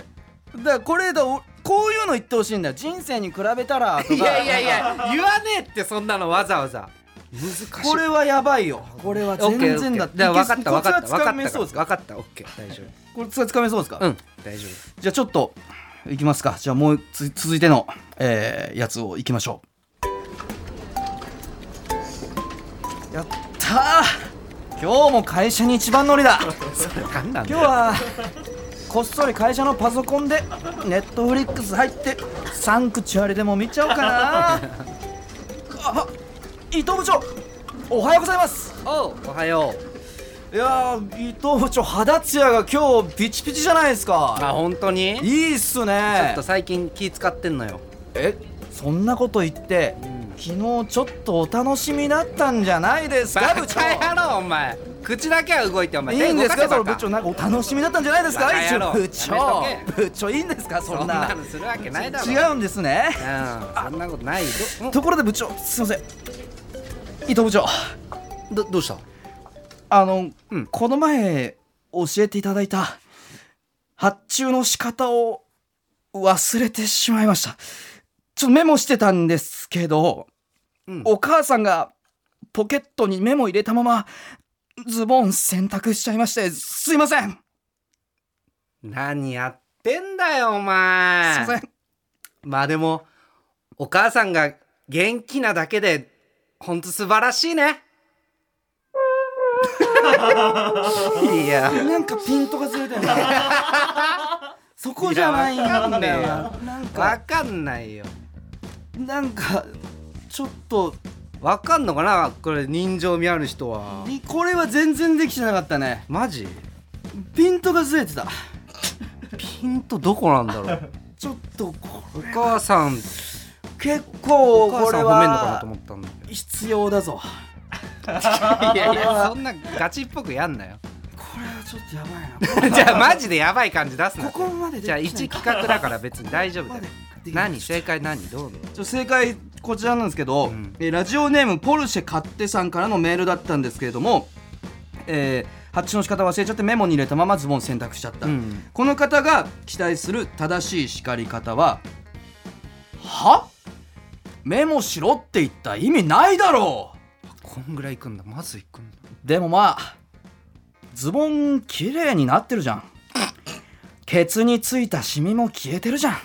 Speaker 2: だからこれだおこういうの言ってほしいんだよ人生に比べたらとか
Speaker 1: いやいやいや、 言わねえって、そんなのわざわざ。難しい。
Speaker 2: これはやばいよこれは
Speaker 1: オッケー
Speaker 2: 全然だ
Speaker 1: オッケーじゃあ分かった分かった分
Speaker 2: これはつ
Speaker 1: か
Speaker 2: か
Speaker 1: っ
Speaker 2: め
Speaker 1: た
Speaker 2: そうですか
Speaker 1: 分かったオッケー大丈
Speaker 2: これつかめそうですか、
Speaker 1: 夫うん大丈
Speaker 2: じゃあちょっといきますかじゃあもうつ続いての、えーやつをいきましょうやったー今日も会社に一番乗りだ
Speaker 1: 夫それ何なんだ
Speaker 2: 今
Speaker 1: よ
Speaker 2: 日はこっそり会社のパソコンでネットフリックス入ってサンクチュアリでも見ちゃおうか なあ伊藤部長おはようございます
Speaker 1: おうおはよう
Speaker 2: いやー伊藤部長肌ツヤが今日ピチピチじゃないですか
Speaker 1: あ本当に
Speaker 2: い
Speaker 1: ち
Speaker 2: いっすね
Speaker 1: ょっと最近気使ってんのよ
Speaker 2: えそんなこと言って、昨日ちょっとお楽しみだったんじゃないです
Speaker 1: バ
Speaker 2: か
Speaker 1: カ
Speaker 2: 部長
Speaker 1: 野郎お前口だけは動いてお前
Speaker 2: いいんですか
Speaker 1: 手動
Speaker 2: そ
Speaker 1: せ
Speaker 2: の
Speaker 1: ば
Speaker 2: 部長なんかお楽しみだったんじゃないですか
Speaker 1: バカ野郎
Speaker 2: 部
Speaker 1: やめ
Speaker 2: 長
Speaker 1: と
Speaker 2: 部長いいんですかそ
Speaker 1: そ
Speaker 2: ん
Speaker 1: ん
Speaker 2: な
Speaker 1: なのするわけないだろ
Speaker 2: 違うんですね
Speaker 1: うんそんなことないよ
Speaker 2: ところで部長すいません伊藤部長
Speaker 1: どどうした
Speaker 2: あの、
Speaker 1: うん
Speaker 2: この前教えていただいた発注の仕方を忘れてしまいましたちょっとメモしてたんですけど
Speaker 1: うん
Speaker 2: お母さんがポケットにメモ入れたままズボン洗濯しちゃいましてすいませんすい
Speaker 1: 何やってんだよお前
Speaker 2: ません
Speaker 1: まあでもお母さんが元気なだけでほんと素晴らしいねいや
Speaker 2: なんかピントがず れてるそこじゃないんだよななん
Speaker 1: わ
Speaker 2: か
Speaker 1: かんないよ
Speaker 2: なんかちょっと
Speaker 1: わかんのかなこれ人情味ある人は
Speaker 2: にこれは全然できてなかったね
Speaker 1: マジ
Speaker 2: ピントがずれてた
Speaker 1: ピンとどこなんだろう
Speaker 2: ちょっとこ
Speaker 1: お母さん
Speaker 2: 結構
Speaker 1: お母
Speaker 2: これ
Speaker 1: さん褒めんのかなと
Speaker 2: は
Speaker 1: 思ったんだけ
Speaker 2: 必要だぞ
Speaker 1: どいやいやそんなガチっぽくやんなよ
Speaker 2: これはちょっとやばいな
Speaker 1: じゃあマジでやばい感じ出す な
Speaker 2: ここまででき
Speaker 1: じゃあ
Speaker 2: ない
Speaker 1: 一企画だから別に大丈夫だよ
Speaker 2: ここまで
Speaker 1: 何正解何どうの
Speaker 2: ちょ正解こちらなんですけど、
Speaker 1: うん
Speaker 2: えーラジオネームポルシェ勝手さんからのメールだったんですけれども、えー発注の仕方忘れちゃってメモに入れたままズボン選択しちゃった、
Speaker 1: うん
Speaker 2: この方が期待する正しい叱り方は「はメモしろって言った意味ないだろう
Speaker 1: こんぐらいいくんだまずいくんだ
Speaker 2: でもまあズボン綺麗になってるじゃんケツについたシミも消えてるじゃん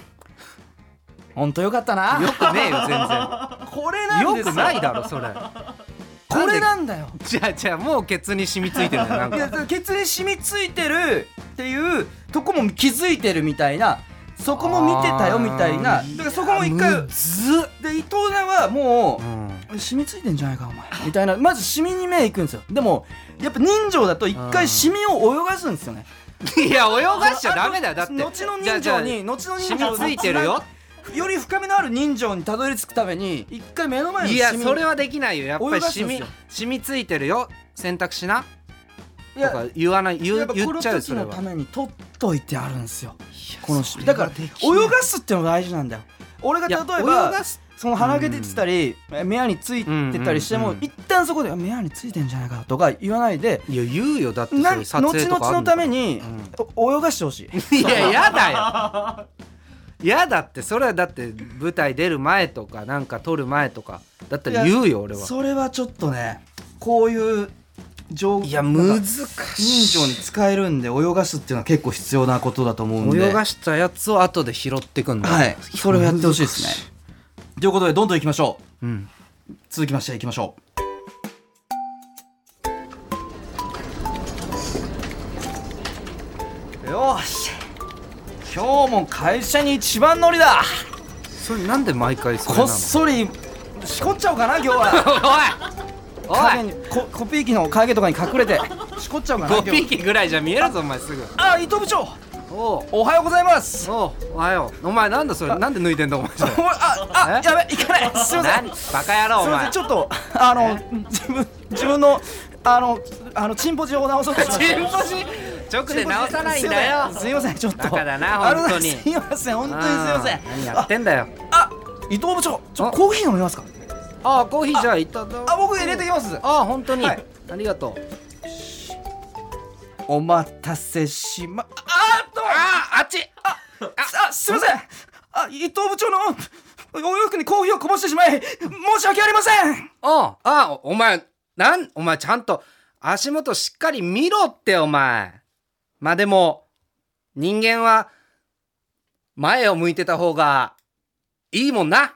Speaker 2: ほんとよかったな
Speaker 1: よくねえよ 全
Speaker 2: これ
Speaker 1: 然よくないだろそれ
Speaker 2: これなんだよ
Speaker 1: じゃあじゃあもうケツに染みついてるんだよ
Speaker 2: い
Speaker 1: なんか
Speaker 2: やケツに染みついてるっていうとこも気づいてるみたいなそこも見てたよみたいな
Speaker 1: あー
Speaker 2: だからそこも一回
Speaker 1: むずっ
Speaker 2: で伊藤菜はもう、
Speaker 1: うん
Speaker 2: 染みついてんじゃないかお前みたいなまず染みに目いくんですよでもやっぱ人情だと一回染みを泳がすんですよね
Speaker 1: いや泳がしちゃダメだよだって
Speaker 2: 後の
Speaker 1: じゃ
Speaker 2: 人
Speaker 1: あじゃ
Speaker 2: 情
Speaker 1: あ
Speaker 2: に後の
Speaker 1: 染
Speaker 2: 人情
Speaker 1: み
Speaker 2: に
Speaker 1: ついてるよ
Speaker 2: より深みのある人情にたどり着くために一回目の前の
Speaker 1: いや
Speaker 2: 染み
Speaker 1: それはできないよやっぱ
Speaker 2: 泳
Speaker 1: り
Speaker 2: がす
Speaker 1: 染
Speaker 2: んす
Speaker 1: み
Speaker 2: よ
Speaker 1: 染みついてるよ選択しないと
Speaker 2: や
Speaker 1: か言わない言
Speaker 2: やっ
Speaker 1: う
Speaker 2: ぱこ
Speaker 1: 言っ
Speaker 2: の
Speaker 1: ちゃうよそ
Speaker 2: 時
Speaker 1: れ
Speaker 2: の
Speaker 1: は
Speaker 2: ために取っといてあるんですよこの
Speaker 1: それは
Speaker 2: だから
Speaker 1: できない
Speaker 2: 泳がすっていうのが大事なんだよ俺が
Speaker 1: い
Speaker 2: 例え
Speaker 1: や
Speaker 2: ば
Speaker 1: 泳がす
Speaker 2: その鼻毛出てたり、目やについてたりして
Speaker 1: う
Speaker 2: も、
Speaker 1: んうんうん
Speaker 2: 一旦そこで目やについてんじゃないかとか言わないで
Speaker 1: いや言うよだってそ
Speaker 2: な
Speaker 1: れ
Speaker 2: 後
Speaker 1: 撮影とか
Speaker 2: 々のために
Speaker 1: うん、
Speaker 2: お泳がしてほしい
Speaker 1: にいややだよやだってそれはだって舞台出る前とかなんか撮る前とかだったら言うよ俺は
Speaker 2: それはちょっとねこういう情
Speaker 1: いや
Speaker 2: なん
Speaker 1: 難
Speaker 2: か
Speaker 1: し
Speaker 2: 人情に
Speaker 1: い
Speaker 2: 使えるんで泳がすっていうのは結構必要なことだと思うんで
Speaker 1: 泳がしたやつを後で拾ってくんだ
Speaker 2: はいそれをやってほしいですねということでどんどんいきましょう
Speaker 1: うん
Speaker 2: 続きましていきましょうよーし今日も会社に一番乗りだ
Speaker 1: それなんで毎回それ
Speaker 2: こ
Speaker 1: な
Speaker 2: っ
Speaker 1: の
Speaker 2: そり仕込っちゃおうかな今日は
Speaker 1: おい
Speaker 2: 影にココピー機の影とかに隠れてしこっちゃおうかな
Speaker 1: 5
Speaker 2: 今日
Speaker 1: 匹ぐらいじゃ見えるぞお前すぐ
Speaker 2: あ伊藤部長
Speaker 1: おう
Speaker 2: おはようございます
Speaker 1: おうおはようお前なんだそれなんで抜いてんだお前それ
Speaker 2: おああ
Speaker 1: え
Speaker 2: やべ行かないすいません
Speaker 1: 何バカ野郎
Speaker 2: す
Speaker 1: お
Speaker 2: いませ
Speaker 1: 前
Speaker 2: んちょっとあの自分自分のあのあのチンポジを直そうとしました
Speaker 1: チンポジ直で直さないんだよ
Speaker 2: すいませんすいませんちょっと
Speaker 1: バカだな
Speaker 2: あの
Speaker 1: 本当に
Speaker 2: すいません本当にすいません
Speaker 1: あー何やってんだよ
Speaker 2: あ伊藤部長ちょ
Speaker 1: あ
Speaker 2: コーヒー飲みますか
Speaker 1: ああコーヒーじゃあいただ
Speaker 2: あ僕入れてきます
Speaker 1: ああ本当に、
Speaker 2: はい
Speaker 1: ありがとう
Speaker 2: お待たせしまあっと
Speaker 1: あああっち
Speaker 2: あすいませんあ伊藤部長のお洋服にコーヒーをこぼしてしまい申し訳ありません
Speaker 1: ああお前なんお前ちゃんと足元しっかり見ろってお前まあでも人間は前を向いてた方がいいもんな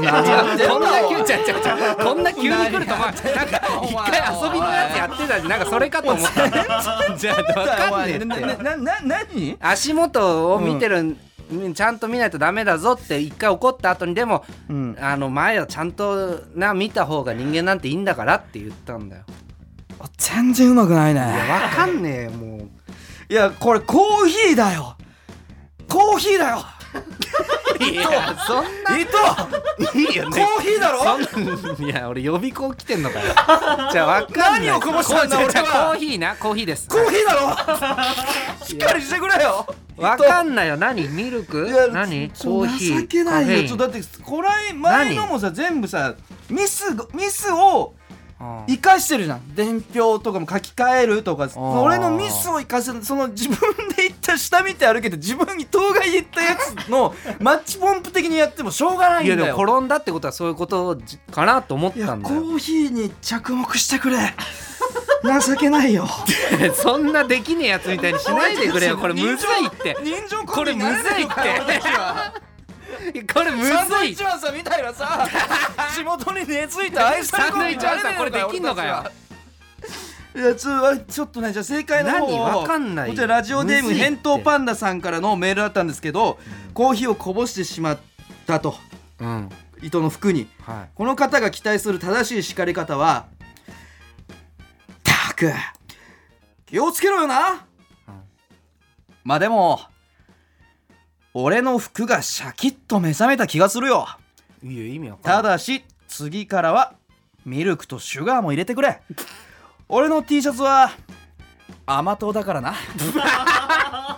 Speaker 1: いや違うこんな急ちゃちゃちゃこんな急に来ると思わなかなんか一回遊びのやつやってたしなんかそれかと思ったじゃあ分かんねえ
Speaker 2: な
Speaker 1: って
Speaker 2: なな何
Speaker 1: 足元を見てる、ちゃんと見ないとダメだぞって一回怒った後にでも
Speaker 2: うん
Speaker 1: あの前はちゃんとな見た方が人間なんていいんだからって言ったんだよ
Speaker 2: 全然うまくない
Speaker 1: い
Speaker 2: ね
Speaker 1: やわかんねえもう
Speaker 2: いやこれコーヒーだよコーヒーだよ
Speaker 1: いやそん
Speaker 2: 伊藤
Speaker 1: ないいよ
Speaker 2: コーヒーだろ
Speaker 1: そんないや俺予備校来てんのかよじゃあわかんない
Speaker 2: 何をこぼしたんだ
Speaker 1: こうじゃあ
Speaker 2: 俺は
Speaker 1: コーヒーなコーヒーです
Speaker 2: コーヒーだろしっかりしてくれよ
Speaker 1: わかんないよ何ミルク
Speaker 2: いや
Speaker 1: 何
Speaker 2: ちょ
Speaker 1: コーヒー
Speaker 2: 情けない
Speaker 1: カフェイ
Speaker 2: よ
Speaker 1: ン
Speaker 2: ちょだってこれ前のもさ全部さミスがミスを
Speaker 1: うん
Speaker 2: 生かしてるじゃん伝票とかも書き換えるとか俺のミスを生かせるその自分で言った下見て歩けて自分に当該言ったやつ のマッチポンプ的にやってもしょうがない
Speaker 1: いや
Speaker 2: ん
Speaker 1: で
Speaker 2: だよ
Speaker 1: も転んだってことはそういうことじかなと思っ
Speaker 2: いや
Speaker 1: たん
Speaker 2: コ
Speaker 1: だよ
Speaker 2: ーヒーに着目してくれ情けないよ
Speaker 1: そんなできねえやつみたいにしないでくれよこれむずいって
Speaker 2: 人情
Speaker 1: これむずいってこれむず
Speaker 2: サンドイ
Speaker 1: い
Speaker 2: ッチマンさんみたいなさ地元に根付いたアイス
Speaker 1: サンドイッチマンさんこれできんのかよ
Speaker 2: いやちょあちょっとねじゃあ正解の方を
Speaker 1: 何わかんない
Speaker 2: こちらラジオネーム
Speaker 1: むずいって
Speaker 2: 返答パンダさんからのメールだったんですけど、コーヒーをこぼしてしまったと
Speaker 1: うん
Speaker 2: 糸の服に
Speaker 1: はい
Speaker 2: この方が期待する正しい叱り方は「たく気をつけろよな」
Speaker 1: うん
Speaker 2: まあでも俺の服がシャキッと目覚めた気がするよ
Speaker 1: いや意味わか
Speaker 2: た
Speaker 1: んない
Speaker 2: だし次からはミルクとシュガーも入れてくれ俺の T シャツは甘党だからな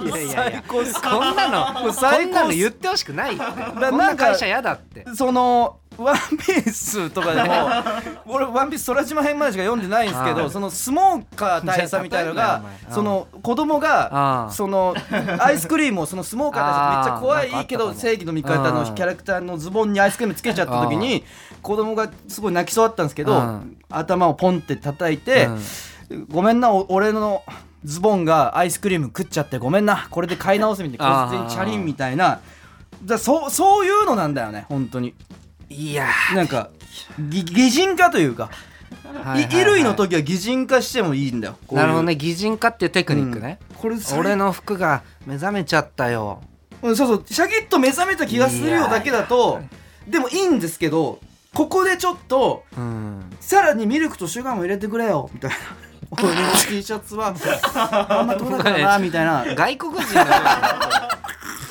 Speaker 2: い
Speaker 1: やいやいや
Speaker 2: 高っす
Speaker 1: こんなの
Speaker 2: もう
Speaker 1: こ
Speaker 2: 最
Speaker 1: んな
Speaker 2: 高っす
Speaker 1: の言ってほしくないってこん
Speaker 2: なん
Speaker 1: な
Speaker 2: か
Speaker 1: 会社やだって
Speaker 2: そのワンピースとか でも俺ワンピース空島編までしか読んでないんですけ
Speaker 1: あ
Speaker 2: ど
Speaker 1: ー
Speaker 2: そのスモーカー大佐みたいの
Speaker 1: じゃあ例えば
Speaker 2: が
Speaker 1: お前
Speaker 2: その子供
Speaker 1: あ
Speaker 2: が
Speaker 1: ー
Speaker 2: そのアイスクリームをそのスモーカー大佐めっちゃ怖
Speaker 1: あーなんかあったかも
Speaker 2: いけど正義の味方
Speaker 1: う
Speaker 2: の
Speaker 1: ん
Speaker 2: キャラクターのズボンにアイスクリームつけちゃった時に子供がすごい泣きそうだったんですけ
Speaker 1: う
Speaker 2: ど
Speaker 1: ん
Speaker 2: 頭をポンって叩いて「ごめんなお俺のズボンがアイスクリーム食っちゃってごめんなこれで買い直せ」みたいな
Speaker 1: あー
Speaker 2: 完全にチャリンみたいな。だそうそういうのなんだよね本当に
Speaker 1: いや
Speaker 2: なんかぎ擬人化というか、
Speaker 1: ー
Speaker 2: い衣類の時は擬人化してもいいんだよ。こういう
Speaker 1: なるほどね擬人化っていうテクニックね、
Speaker 2: これさ
Speaker 1: 俺の服が目覚めちゃったよ
Speaker 2: うん、そうそうシャキッと目覚めた気がする
Speaker 1: いや
Speaker 2: よ
Speaker 1: ー
Speaker 2: だけだとでもいいんですけどここでちょっと
Speaker 1: うん
Speaker 2: さらにミルクとシュガーも入れてくれよみたいな俺の T シャツはあんまどうだからなみたいな。
Speaker 1: 外国人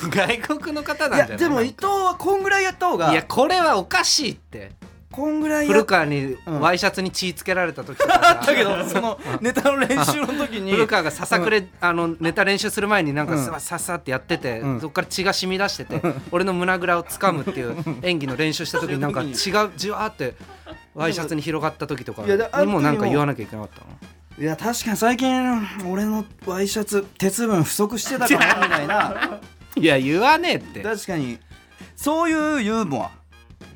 Speaker 1: の外国の方
Speaker 2: い
Speaker 1: なんじゃない
Speaker 2: やでも伊藤はこんぐらいやった方が
Speaker 1: いやこれはおかしいって
Speaker 2: こんぐらいや
Speaker 1: 古
Speaker 2: っ
Speaker 1: 川に
Speaker 2: うん
Speaker 1: ワイシャツに血つけられた時とか
Speaker 2: たけどそのネタの練習の時に
Speaker 1: 古川がささくれ、あのネタ練習する前になんか
Speaker 2: うん
Speaker 1: ささささってやってて、
Speaker 2: うん
Speaker 1: そこから血が染み出してて、俺の胸ぐらを掴むっていう演技の練習した時に なんか血がじわーってワイシャツに広がった時とか
Speaker 2: いやだあの
Speaker 1: に
Speaker 2: 時
Speaker 1: も
Speaker 2: も
Speaker 1: なんか言わなきゃいけなかったの
Speaker 2: いや確かに最近俺のワイシャツ鉄分不足してたかなみたいない
Speaker 1: や言わねえって
Speaker 2: 確かにそういうユーモア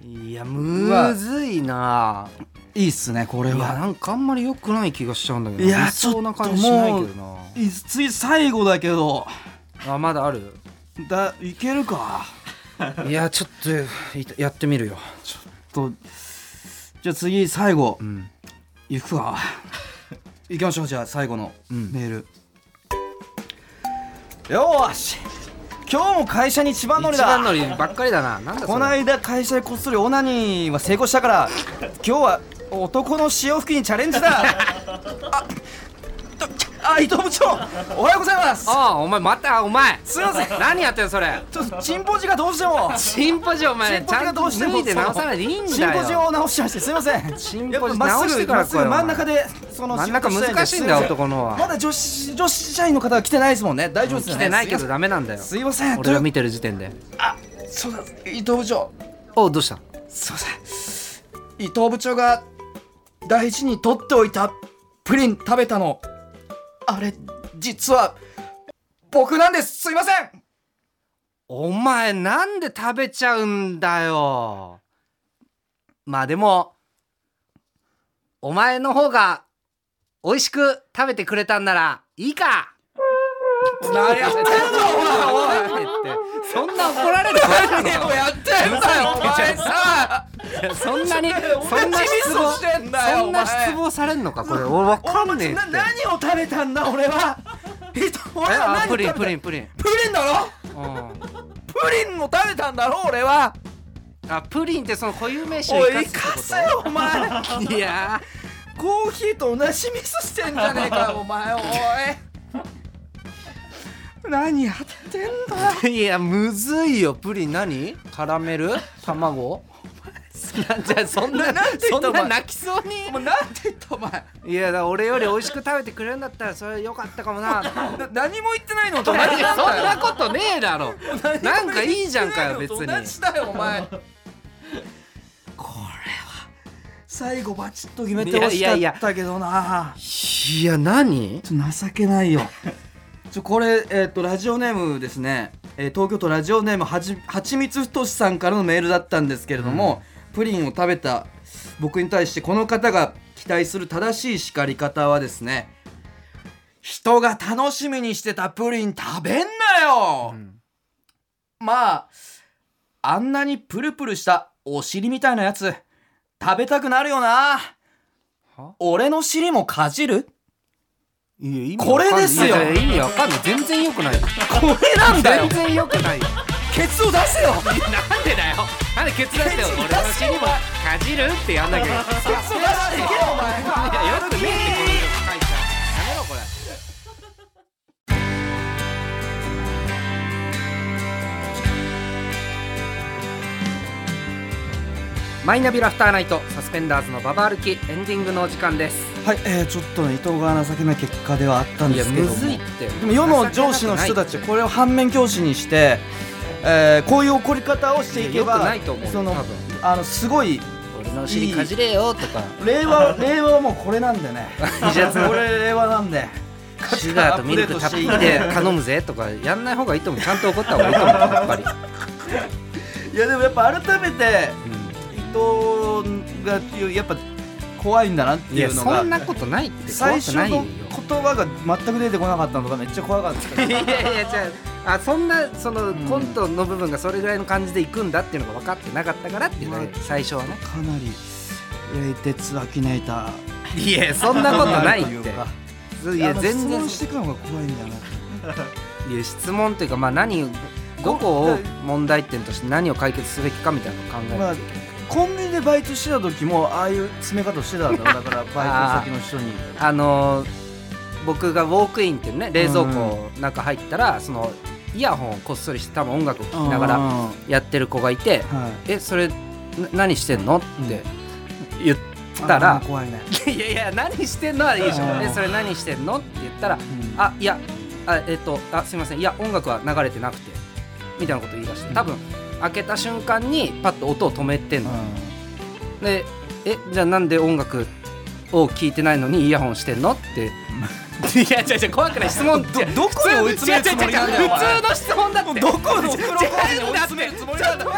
Speaker 1: いやむずいない
Speaker 2: いっすねこれ
Speaker 1: いや
Speaker 2: は
Speaker 1: なんかあんまり良くない気がしちゃうんだけど
Speaker 2: いや
Speaker 1: 理想な感じしないけ
Speaker 2: ちょっと
Speaker 1: どない
Speaker 2: つい最後だけど
Speaker 1: あまだある
Speaker 2: だいけるか
Speaker 1: いやちょっといやってみるよ、
Speaker 2: とじゃあ次最後
Speaker 1: うん、
Speaker 2: いくかいきましょうじゃあ最後の
Speaker 1: ん
Speaker 2: メール、よーし今日も会社に千葉乗り
Speaker 1: 一
Speaker 2: だ
Speaker 1: 番乗りばっかりだななんだそれ
Speaker 2: この間会社でこっそりオナニーは成功したから今日は男の潮吹きにチャレンジ だあとあ伊藤部長おはようございます
Speaker 1: ああお前またお前
Speaker 2: すいません
Speaker 1: 何やってるそれ
Speaker 2: ちょっとチンポジがどうしても
Speaker 1: チンポジお前ちゃんと脱いで直さないでいいん
Speaker 2: チン
Speaker 1: だ
Speaker 2: ポジを
Speaker 1: よ
Speaker 2: 直しましてすいません
Speaker 1: チンポジ
Speaker 2: やっぱまっす
Speaker 1: 直して
Speaker 2: ぐ
Speaker 1: から
Speaker 2: まっすぐ
Speaker 1: 来いよ
Speaker 2: 真ん中でその
Speaker 1: 真ん中
Speaker 2: 仕事た
Speaker 1: 難しいんだよ
Speaker 2: すませ
Speaker 1: 男のは
Speaker 2: まだ女子女子社員の方は来てないですもんね大丈夫ですよ
Speaker 1: 来
Speaker 2: ね
Speaker 1: てないけどダメなんだよ
Speaker 2: すいません
Speaker 1: 俺が見てる時点で
Speaker 2: あそうだ伊藤部長
Speaker 1: おうどうした
Speaker 2: すいません伊藤部長が大事に取っておいたプリン食べたのあれ実は僕なんですすいません
Speaker 1: お前なんで食べちゃうんだよまあでもお前の方が美味しく食べてくれたんならいいか
Speaker 2: 何やってんの
Speaker 1: お前ってそんな怒られてない の
Speaker 2: をやってん だよお前さ
Speaker 1: そんなにそんな失
Speaker 2: お前
Speaker 1: 望
Speaker 2: チミスしてんだよ
Speaker 1: そんな
Speaker 2: お前
Speaker 1: 失望されんのかこれ俺わかんねえって
Speaker 2: な何を食べたんだ俺はえっと俺
Speaker 1: え
Speaker 2: は
Speaker 1: あ
Speaker 2: 何
Speaker 1: プ
Speaker 2: を食べ
Speaker 1: リ
Speaker 2: た
Speaker 1: ンプリンプリン
Speaker 2: プリンだろ
Speaker 1: うん
Speaker 2: プリンを食べたんだろ俺は
Speaker 1: あプリンってその固有名詞を
Speaker 2: おい
Speaker 1: 生
Speaker 2: 生
Speaker 1: か
Speaker 2: か
Speaker 1: す
Speaker 2: せ
Speaker 1: って
Speaker 2: よお前
Speaker 1: こといや
Speaker 2: コーヒーと同じミスしてんじゃねえかよお前おい何やってんだ
Speaker 1: ーいやむずいよプリン何カラメル卵なんじゃそんな
Speaker 2: ななんて言
Speaker 1: そ
Speaker 2: っ
Speaker 1: ん
Speaker 2: た
Speaker 1: な
Speaker 2: お前
Speaker 1: 泣きそうに
Speaker 2: お前なんて言ったお前
Speaker 1: いやだから俺より美味しく食べてくれるんだったらそれ良かったかもない
Speaker 2: な何も言ってないの と同じ
Speaker 1: や
Speaker 2: な
Speaker 1: そ
Speaker 2: ん
Speaker 1: ん
Speaker 2: だよ
Speaker 1: なことねえだろ
Speaker 2: 何も言って
Speaker 1: な
Speaker 2: なんい
Speaker 1: かいいじゃんかよ別に
Speaker 2: のと同じだよお前これは最後バチッと決めてほしかったけどない
Speaker 1: や何
Speaker 2: ちょっと情けないよちょこれ、えっとラジオネームですね、えー東京都ラジオネームはちはちみつふとしさんからのメールだったんですけれども、プリンを食べた僕に対してこの方が期待する正しい叱り方はですね人が楽しみにしてたプリン食べんなよ、
Speaker 1: ん
Speaker 2: まああんなにプルプルしたお尻みたいなやつ食べたくなるよな
Speaker 1: は
Speaker 2: 俺の尻もかじる
Speaker 1: いや
Speaker 2: これですよ
Speaker 1: 意味わかんない全然良くない
Speaker 2: これなんだよ
Speaker 1: 全然良くないよ
Speaker 2: ケツを出せよ
Speaker 1: なんでだよなんでケツ出してよ
Speaker 2: ケツ出せ
Speaker 1: 俺の尻
Speaker 2: よ
Speaker 1: もかじるってやんなきゃいけない
Speaker 2: ケツを出していけよお前
Speaker 1: いやよくねえってこういうの書いちゃうやめろこれマイナビラフターナイトサスペンダーズのババ歩きエンディングのお時間です
Speaker 2: はい、えー、ちょっとね伊藤が情けない結果ではあったん
Speaker 1: い
Speaker 2: で
Speaker 1: や
Speaker 2: すけど
Speaker 1: む
Speaker 2: も
Speaker 1: ずいって
Speaker 2: でも世の上司の人た
Speaker 1: 情
Speaker 2: ち
Speaker 1: けなくないって
Speaker 2: これを反面教師にしてえーこういう怒り方をしていけ
Speaker 1: よく
Speaker 2: ば
Speaker 1: ないと思う
Speaker 2: その
Speaker 1: 多分
Speaker 2: あのすごい
Speaker 1: 俺のお尻かじれよと か
Speaker 2: 令和令和はもうこれなんでね
Speaker 1: いいじゃん
Speaker 2: これ令和なんで
Speaker 1: シュガーとミルクたっぷりで頼むぜとかやんない方がいいと思うちゃんと怒った方がいいと思うやっぱり、
Speaker 2: いやでもやっぱ改めて人がやっぱ怖いんだなって
Speaker 1: い
Speaker 2: い
Speaker 1: や
Speaker 2: うの
Speaker 1: そ
Speaker 2: が
Speaker 1: んなことないって怖
Speaker 2: 最
Speaker 1: く
Speaker 2: 初
Speaker 1: ないよ
Speaker 2: の言葉が全く出てこなかったのがめっちゃ怖かった
Speaker 1: いやいやじゃああそんなその
Speaker 2: ん
Speaker 1: コントの部分がそれぐらいの感じでいくんだっていうのが分かってなかったからっていうのが
Speaker 2: まあ
Speaker 1: 最初はね
Speaker 2: かなり冷徹アキネーター
Speaker 1: いやそんなことないっ
Speaker 2: とう
Speaker 1: て
Speaker 2: か
Speaker 1: い
Speaker 2: い
Speaker 1: や
Speaker 2: や
Speaker 1: 全
Speaker 2: 全
Speaker 1: 然
Speaker 2: 然してくのが怖いんだな
Speaker 1: そういう質問というかまあ何5個を問題点として何を解決すべきかみたいなのを考え
Speaker 2: ま
Speaker 1: る
Speaker 2: あコンビニでバイトしてた時もああいう詰め方してたんだろうだからバイト先の人に
Speaker 1: あのー僕がウォークインっていうね冷蔵庫の中入ったらそのイヤホンをこっそりして多分音楽を聴きなが
Speaker 2: うん
Speaker 1: ら
Speaker 2: は
Speaker 1: やってる子がいて「えそれな何してんの?」って言
Speaker 2: い
Speaker 1: った
Speaker 2: あ
Speaker 1: ら
Speaker 2: ー怖いね
Speaker 1: 「 いやいや何してんの?」はいいでしょ
Speaker 2: う
Speaker 1: 「
Speaker 2: ん
Speaker 1: えそれ何してんの?」って言ったら「あいやあえっとあすいませんいや音楽は流れてなくて」みたいなことを言い出して多分開けた瞬間にパッと音を止めてんのでえじゃあなんで音楽を聞いてないのにイヤホンしてんのって いや違う違う怖くない質問ど
Speaker 2: どこに追い詰めるつもりなんだよ
Speaker 1: 普
Speaker 2: お前
Speaker 1: 通の質問だって
Speaker 2: どこの黒子に
Speaker 1: 違うんだって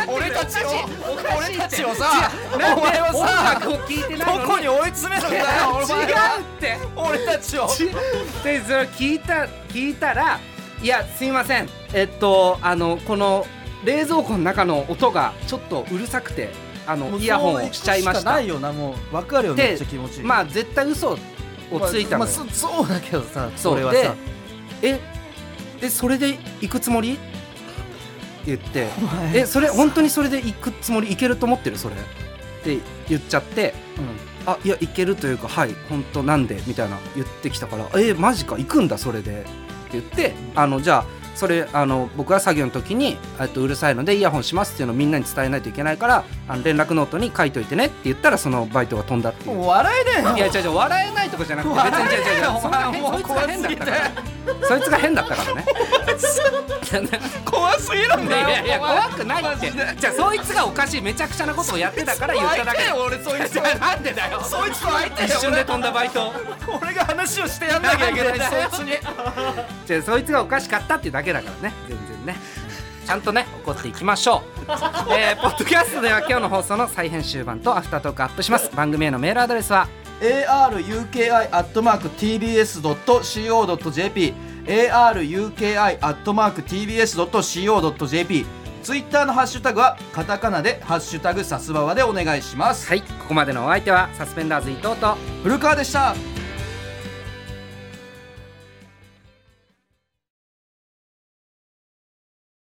Speaker 2: 俺たちを
Speaker 1: おかしいって
Speaker 2: 俺たちをさ
Speaker 1: 違うなんで
Speaker 2: お前はさ
Speaker 1: 音楽を聞いてない
Speaker 2: ど
Speaker 1: の
Speaker 2: こ
Speaker 1: に
Speaker 2: に追い詰めるんだよお前は
Speaker 1: 違うって
Speaker 2: 俺たちを
Speaker 1: ちでそれ聞いた聞いたら「いやすいませんえっとあのこの冷蔵庫の中の音がちょっとうるさくてあのイヤホンをしちゃいました
Speaker 2: もうそう行くかない」よなもう分かるよ
Speaker 1: で
Speaker 2: めっちゃ気持ちいい
Speaker 1: まあ絶対嘘をついたの
Speaker 2: ま
Speaker 1: よ
Speaker 2: あそ そうだけどさ
Speaker 1: そ
Speaker 2: そうれは
Speaker 1: で
Speaker 2: さ
Speaker 1: ええそれで行くつもりって言って
Speaker 2: お前
Speaker 1: えそれ本当にそれで行くつもり行けると思ってるそれって言っちゃってあいや行けるというかはい本当なんでみたいな言ってきたからえマジか行くんだそれでって言ってあのじゃあそれあの僕は作業の時にえっとうるさいのでイヤホンしますっていうのをみんなに伝えないといけないからあの連絡ノートに書いといてねって言ったらそのバイトが飛んだっていう
Speaker 2: うんもう笑えねえよ
Speaker 1: いや違う違う笑えないとかじゃなくて別
Speaker 2: 笑え
Speaker 1: に違う違う違う
Speaker 2: お前もう
Speaker 1: そいつが変だったからそいつが変だ
Speaker 2: 怖
Speaker 1: ったからね
Speaker 2: 怖すぎるん
Speaker 1: い
Speaker 2: だよ
Speaker 1: やいや怖くないってじゃあそいつがおかしいめちゃくちゃなことをやってたから言っただけ
Speaker 2: よ俺そいつ
Speaker 1: じゃあなんでだよ
Speaker 2: そいつと相手
Speaker 1: 一瞬で飛んだバイト
Speaker 2: 俺が話をしてやんなきゃいけない
Speaker 1: なんでだよ
Speaker 2: そいつに
Speaker 1: じゃあそいつがおかしかったっていうだけだからね全然ねちゃんとね怒っていきましょう、えー、ポッドキャストでは今日の放送の再編集版とアフタートークアップします番組へのメールアドレスは
Speaker 2: aruki.tbs.co.jp aruki.tbs.co.jp ツイッターのハッシュタグはカタカナで「ハッシュタグさすばわ」でお願いします
Speaker 1: はいここまでのお相手はサスペンダーズ伊藤と
Speaker 2: 古川でした